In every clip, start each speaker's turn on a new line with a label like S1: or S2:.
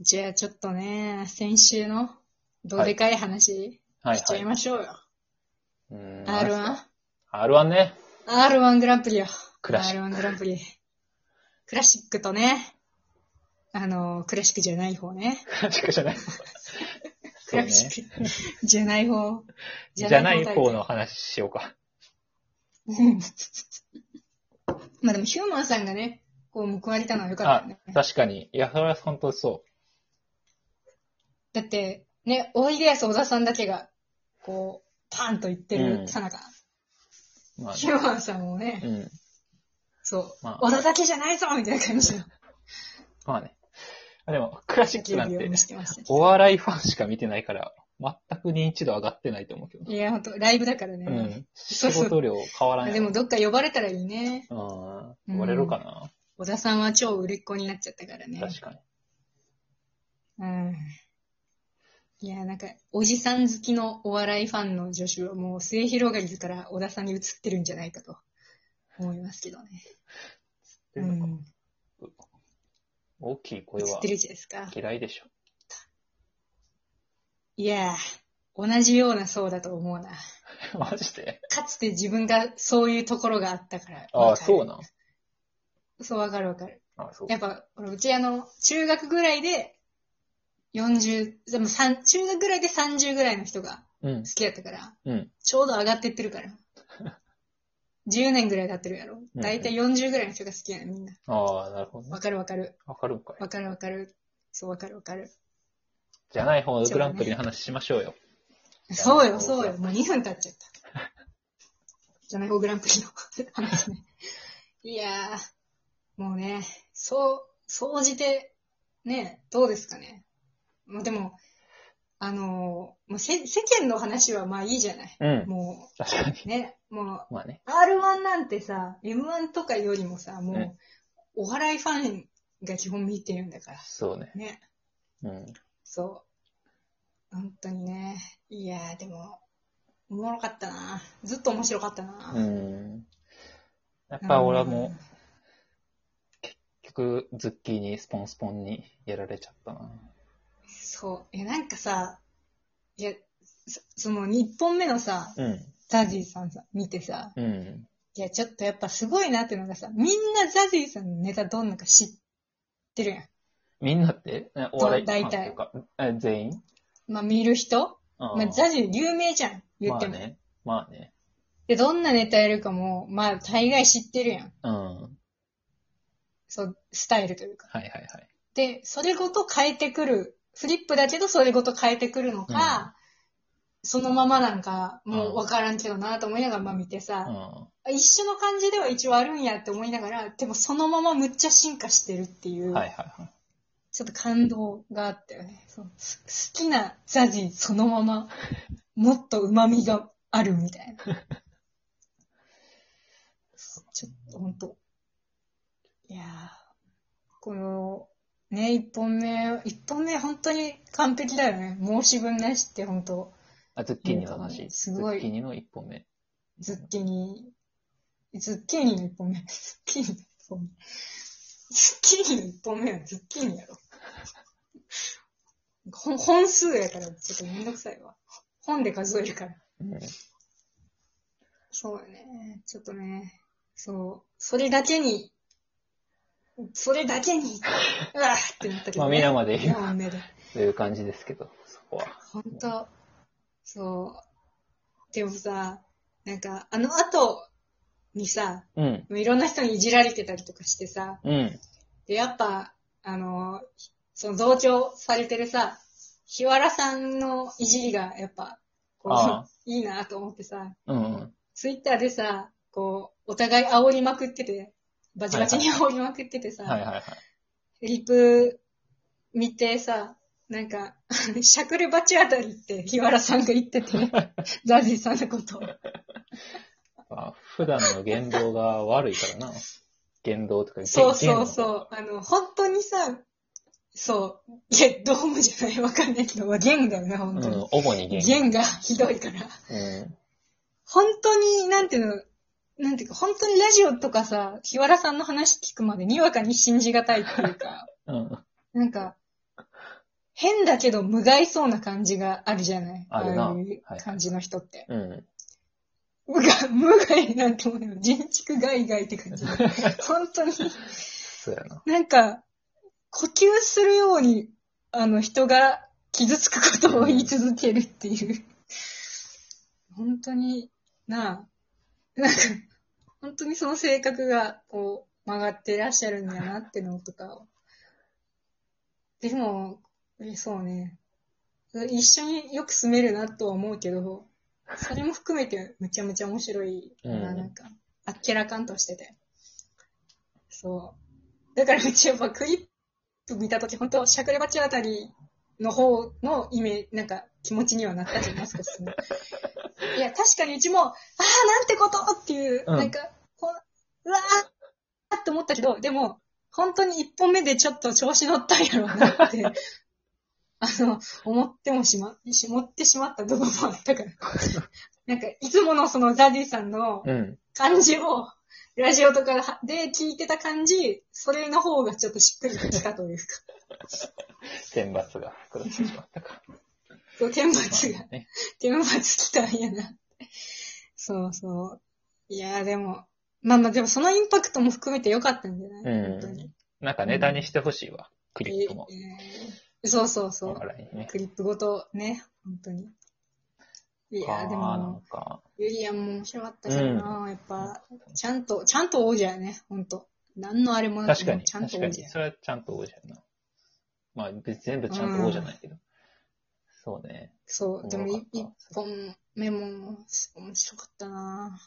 S1: じゃあちょっとね、先週のどうでかい話
S2: はい、
S1: しちゃいましょうよ。
S2: うーん
S1: R1?R1
S2: R1 ね。
S1: グランプリよ。
S2: クラシッ
S1: R1 グランプリ。クラシックとね、あの、クラシックじゃない方ね。
S2: ク。クラシックじゃない。
S1: ク
S2: そう
S1: ラ
S2: ね。
S1: シックじゃない方。
S2: じゃない方の話しようか。
S1: うんまあでもヒューマンさんがね、こう報われたのは良かった
S2: あ
S1: よね。、
S2: 確かに。いや、それは本当そ
S1: だって、ね、おいでやす小田さんだけが、こう、パンと言ってるさなか、
S2: う。まあ、
S1: ヒューマンさんもね、
S2: うん。
S1: そう、
S2: まあ
S1: 小田だけじゃないぞみたいな感じの
S2: まあね。あでも、クラシック
S1: 叫
S2: なん
S1: びを
S2: て
S1: 見、せてましたね。
S2: お笑いファンしか見てないから、全く認知度上がってないと思うけど。
S1: いや、ほんと、ライブだから
S2: う
S1: ね。
S2: ん。仕事量変わらない。
S1: でも、どっか呼ばれたらいいね。
S2: う
S1: うん
S2: ん。割れるかな、
S1: 小田さんは超売れっ子になっちゃったからね。
S2: 確かに。
S1: うん。いや、なんか、おじさん好きのお笑いファンの女子はもう末広がりずから小田さんに移ってるんじゃないかと思いますけどね。
S2: で
S1: う
S2: も
S1: ん。
S2: 大きい声
S1: 映
S2: は
S1: ってるじゃないですか。
S2: 嫌いでしょ。
S1: いやー、同じような層だと思うな。
S2: マジで
S1: かつて自分がそういうところがあったから。
S2: ああ、そう
S1: の
S2: なん。
S1: そう、わかるわかる。
S2: あそう
S1: や。っぱ、俺うちあの、中学ぐらいで、40、でも3、中学ぐらいで30ぐらいの人が
S2: うん
S1: 好。きだったから、
S2: うん。
S1: ちょうど上がってってる から。10年ぐらい経ってるやろ。だいたい40ぐらいの人が好きやねみんな。
S2: ああ、なるほどね
S1: わ。かるわかる。
S2: わかるんかい。
S1: わかるわかる。そう、わかるわかる。
S2: じゃない方のグランプリの話しましょうよ。
S1: そうよ、そうよ。もう2分経っちゃった。じゃない方グランプリの話ね。 いやー、もうね、そう、総じて、ね、どうですかね。もうでも、あのー、もうせ世間の話はまあいいじゃない。
S2: うん。
S1: も
S2: 確かに。
S1: う、ね、もう、
S2: まあね。
S1: R1 なんてさ、M1 とかよりもさ、も
S2: う、
S1: うんお笑いファンが基本見てるんだから。
S2: そうね。
S1: ね、
S2: うん。
S1: そう。本当にね。いやー、でも、おもろかったな。ずっと面白かったな。
S2: うん。やっぱ俺はも
S1: う、
S2: うん結局、ズッキーにスポンスポンにやられちゃったな。
S1: そう。いや、なんかさ、いや、そその、1本目のさ、
S2: うん。
S1: ザジーさんさ、見てさ、
S2: うん。
S1: いや、ちょっとやっぱすごいなっていうのがさ、みんなザジーさんのネタどんなか知ってるやん。
S2: みんなって、ねお笑いフ
S1: 大
S2: ァン
S1: 体
S2: っていうか、え全員
S1: まあ、見る人
S2: ま
S1: まあ、ザジー有名じゃん、言っても。
S2: まあね。まあね。
S1: で、どんなネタやるかも、まあ、大概知ってるやん。
S2: うん。は
S1: そう、スタイルというか。
S2: いはいはい。
S1: で、それごと変えてくる。フリップだけどそれごと変えてくるのか、そのままなんか、もうわからんけどなと思いながら、まあ見て
S2: う
S1: さ、
S2: ん。
S1: 一緒の感じでは一応あるんやって思いながら、でもそのままむっちゃ進化してるっていう、
S2: はいはいはい。
S1: ちょっと感動があったよね。そのす好きなザジーそのまま、もっと旨味があるみたいな。ちょっと、ほんと。いやー、この、ね、一本目、一本目本当に完璧だよね。申し分なしって本当
S2: あ、ズッキーニの話。
S1: すごい
S2: ズッキーニの一本目。
S1: ズッキーニ、ズッキーニの一本目。ズッキーニの一本目。ズッキーニの一本目はズッキーニやろ。 ほ本数やから、ちょっとめんどくさいわ。本で数えるから。
S2: うん。
S1: そうよね。ちょっとね、そう、それだけに、それだけに、うわーってなったけ
S2: ま
S1: ど、
S2: あ
S1: ね。
S2: 皆まで言う
S1: 本目で。
S2: という感じですけど、そこは。
S1: ほんと、そう。でもさ、なんか、あの後にさ、
S2: うん。
S1: いろんな人にいじられてたりとかしてさ、
S2: うん。
S1: で、やっぱ、あの、その同調されてるさ、日原さんのいじりが、やっぱ、こ
S2: ああ
S1: う、いいなと思ってさ、
S2: うんうん。
S1: ツイッターでさ、こう、お互い煽りまくってて、バチバチに煽りまくっててさ、
S2: はいはいはい。
S1: フリップ見てさ、なんか、シャクルバチあたりって日原さんが言って て、ザジーさんのことを。
S2: まあ、普段の言動が悪いからな。言動とか言
S1: そうそうそう。あの、本当にさ、そう。いや、どうもじゃない。わかんないけど、まあ言だよね、
S2: う
S1: 本当
S2: ん
S1: に。、
S2: 主に言語。
S1: 言がひどいから。
S2: うん。
S1: 本当に、なんていうの、なんていうか、本当にラジオとかさ、日 原さんの話聞くまでにわかに信じがたいっていうか、
S2: うん。
S1: なんか、変だけど無害そうな感じがあるじゃない
S2: あるな
S1: あいう感じの人って。
S2: うん。
S1: 無害、無害なんて思うよ。人畜害害って 感じ。本当に、
S2: そうやな。
S1: なんか、呼吸するように、あの、人が傷つくことを言い続けるっていう。本当になあ、なんか、本当にその性格が、こう、曲がってらっしゃるんだなってのとかを。でも、えそうね。一緒によく住めるなとは思うけど、それも含めてむちゃむちゃ面白いな、
S2: うん
S1: なんか、あっけらかんとしてて。そう。だからうちやっぱクリップ見たとき、本当しゃくれ鉢あたりの方のイメージ、なんか気持ちにはなったじゃないですか、そのいや、確かにうちも、ああ、なんてことっていう、
S2: うん
S1: なんか、こう、うわーって思ったけど、でも、本当に一本目でちょっと調子乗ったんやろうなって、 あの、思ってもしま、し思ってしまった部分もあったから。なんか、いつものそのザディさんの
S2: うん。
S1: 感じを、ラジオとかで聞いてた感じ、それの方がちょっとしっくりきたというか、
S2: 選抜が下ってしまったか。
S1: そう、天罰が
S2: まあ。ね
S1: 天罰来たんやな。そうそう。いやーでも、まあまあでもそのインパクトも含めて良かったんじゃない、
S2: うん
S1: 本当に。
S2: なんかネタにしてほしいわ。クリップも。
S1: ええーそうそうそ
S2: お
S1: う。
S2: 笑いにね。
S1: クリップごとね、本当に。い
S2: あ
S1: やーで
S2: あー、な
S1: も
S2: ん、か、
S1: ユリアンも面白かったけどな、やっぱ、ちゃんと、ちゃんと王者やね、本当何のあれもなく
S2: 確かに、
S1: ちゃんと
S2: 確
S1: 王
S2: か
S1: 者
S2: に。
S1: や。
S2: それはちゃんと王者やな。まあ、別全部ちゃんと王じゃないけど。そうね。
S1: そう、でも
S2: 面
S1: い一
S2: 白かった
S1: 本目も面白かったな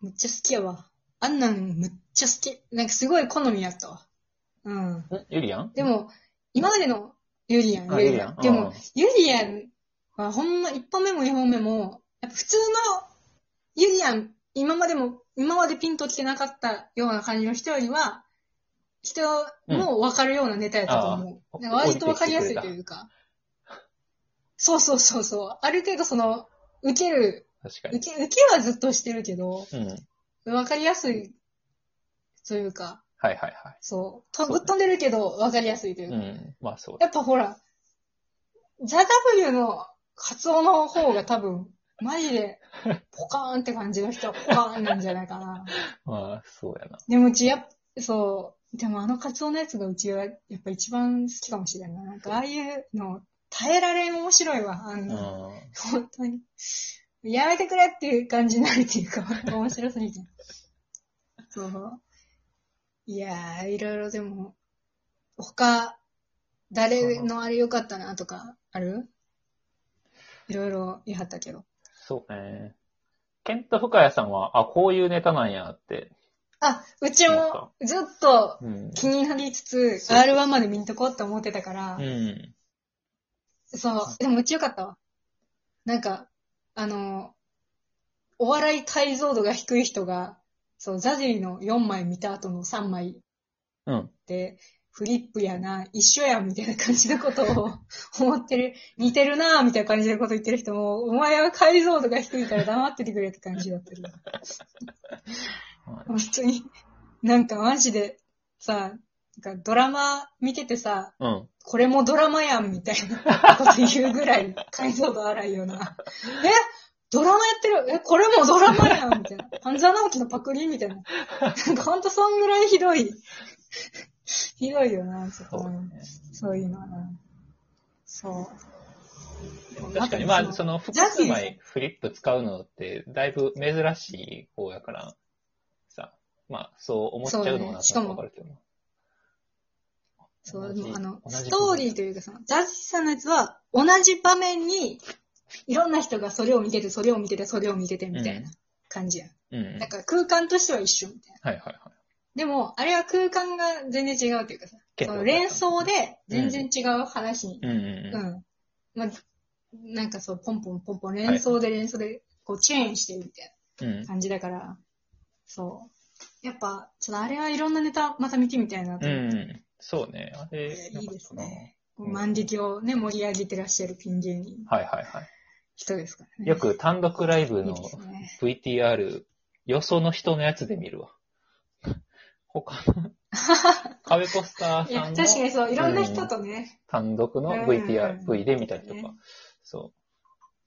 S1: むっちゃ好きやわ。あんなんむっちゃ好き。なんかすごい好みやったわ。うん。
S2: んゆりやん
S1: で、も、今までのユリアン、
S2: あゆりやん。
S1: で
S2: うん
S1: も、、ユリアンはほんま一本目も二本目も、やっぱ普通のユリアン、今までも、今までピンと来てなかったような感じの人よりは、人も分かるようなネタやったと思う。
S2: うん
S1: なんか割と分かりやすいというか。そうそうそうそう。ある程度その、受ける、
S2: 確か
S1: 受
S2: に。
S1: け、受けはずっとしてるけど、
S2: うん。はい
S1: 分かりやすいというか、
S2: はいは
S1: そう。とぶっ飛んでるけど分かりやすいという
S2: い。
S1: か
S2: うん。まあそうだ。
S1: やっぱほら、ザ・ W のカツオの方が多分、マジで、ポカーンって感じの人はポカーンなんじゃないかな。
S2: まあそうやな。
S1: でもうちやっ、そう、でもあのカツオのやつがうちはやっぱ一番好きかもしれないな。なんかああいうの、耐えられん面白いわ、あんな。
S2: うん。
S1: 本当に。やめてくれっていう感じになるっていう か、面白すぎて。そう。いやー、いろいろでも、他、誰のあれ良かったなとか、あるいろいろ言いはったけど。
S2: そうね。ケント・フカヤさんは、あ、こういうネタなんやって。
S1: あ、うちもずっと
S2: うん。
S1: 気になりつつ、
S2: そう
S1: R1 まで見んとこうって思ってたから、
S2: うん。
S1: そう、でもうちよかったわ。なんか、あの、お笑い解像度が低い人が、そう、ザジリの4枚見た後の3枚
S2: うん。
S1: で、フリップやな、一緒や、みたいな感じのことを思ってる、似てるな、みたいな感じのこと言ってる人も、お前は解像度が低いから黙っててくれって感じだったけど。
S2: まあ
S1: 本当に、なんかマジで、さ、なんかドラマ見ててさ、
S2: うん。
S1: これもドラマやんみたい なこと言うぐらい解像度荒いよな。えドラマやってるえこれもドラマやんみたいな。半沢直樹のパクリみたいな。なんかほんとそんぐらいひどい。ひどいよな、そ
S2: そう
S1: こ
S2: だ
S1: は
S2: ね。
S1: そういうのはな。そう。
S2: 確かに、まあ、その、複数枚フリップ使うのって、だいぶ珍しい方やから、さ、まあ、そう思っちゃうの
S1: そう
S2: もな
S1: だねしかも
S2: わかるけどな。
S1: そう、
S2: 同
S1: で
S2: じ
S1: もあの、
S2: 同じ
S1: ストーリーというかその、ジャッジさんのやつは、同じ場面に、いろんな人がそれを見てて、それを見てて、それを見てて、みたいな感じや。
S2: うん。うん
S1: だから空間としては一緒みたいな。
S2: はいはいはい。
S1: でも、あれは空間が全然違うというかさ、
S2: け
S1: そ
S2: ど
S1: の連想で全然違う話に、
S2: うんうん
S1: うん、
S2: うん。
S1: まあ、なんかそう、ポンポンポンポン連想で連想で、こう、チェーンしてるみたい
S2: うん
S1: な。感じだから、そう。やっぱ、ちょっとあれはいろんなネタまた見てみたいなと
S2: う
S1: 思って、
S2: ん。そうね。あれ、
S1: いやいいですね
S2: うん
S1: 万劇をね、盛り上げてらっしゃるピン芸人
S2: よかったな。はいはいは
S1: 人ですから
S2: い。
S1: ね。
S2: よく単独ライブ
S1: いい
S2: の
S1: ですね。
S2: VTR、よその人のやつで見るわ。他 の壁ポスター
S1: いや、
S2: さん
S1: 確
S2: の
S1: かにそう、いろんな人とね、
S2: 単独の
S1: う
S2: VTR、
S1: ん
S2: V で見たりと
S1: ね
S2: か、そう。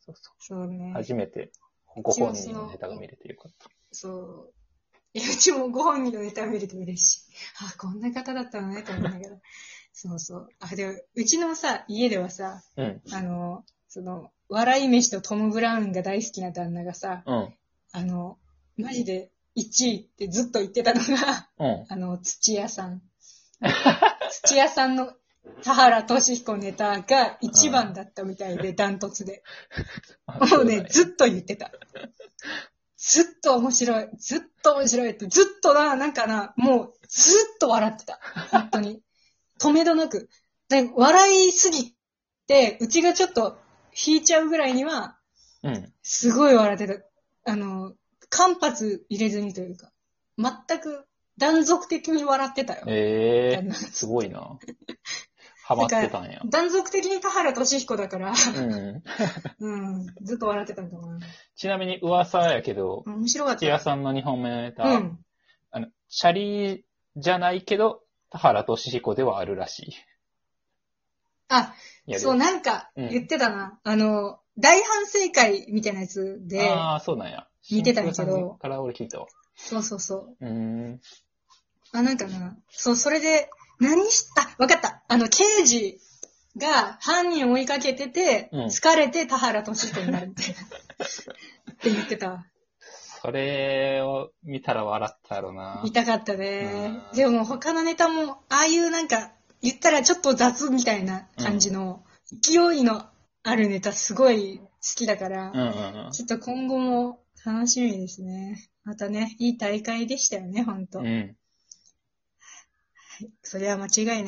S2: そうそ
S1: そう
S2: う。
S1: ね、
S2: 初めてご本人のネタが見れてよかった。
S1: そう。いや、うちもご本人のネタを見ると嬉しい。あ、こんな方だったのね、と思いながら。そうそう。あ、でも、うちのさ、家ではさ、
S2: うん。
S1: あの、その、笑い飯とトム・ブラウンが大好きな旦那がさ、
S2: うん。
S1: あの、マジで1位ってずっと言ってたのが、
S2: うん。
S1: あの、土屋さん。土屋さんの田原俊彦ネタが一番だったみたいで、ダントツで。
S2: あ
S1: も
S2: そううだ
S1: ね、ずっと言ってた。ずっと面白い、ずっと面白いって、ずっとな、なんかな、もう、ずっと笑ってた。本当に。止めどなく。で、笑いすぎて、うちがちょっと引いちゃうぐらいには、
S2: うん。
S1: すごい笑ってた。あの、間髪入れずにというか、全く断続的に笑ってたよ。
S2: え
S1: あ
S2: え
S1: の
S2: すご いな。ハマってたんや。
S1: 断続的に田原俊彦だから、
S2: うん。
S1: うん、ずっと笑ってたんだな。
S2: ちなみに噂やけど、
S1: 面白かっ
S2: 土屋
S1: た。
S2: さんの2本目のネタ、
S1: うん。
S2: あの、チャリじゃないけど、田原俊彦ではあるらし
S1: あ、
S2: い。やる
S1: そう、なんか、
S2: うん
S1: 言ってたな。あの、大反省会みたいなやつで、
S2: ああ、そうなんや。
S1: 見てたんやけど
S2: 新婦さんから俺聞いたわ。
S1: そうそうそう
S2: ーん。
S1: う。あ、なんかな、そう、それで、何し、あ、わかった。あの、刑事が犯人を追いかけてて、
S2: うん
S1: 疲れて田原俊彦になるみたいな。って言ってた。
S2: それを見たら笑ったやろな。
S1: 痛かったね。
S2: うん
S1: でも他のネタも、ああいうなんか、言ったらちょっと雑みたいな感じの、勢いのあるネタすごい好きだから、
S2: うんうんうん。
S1: ちょっと今後も楽しみですね。またね、いい大会でしたよね、ほんと。
S2: うん。
S1: それは間違いない。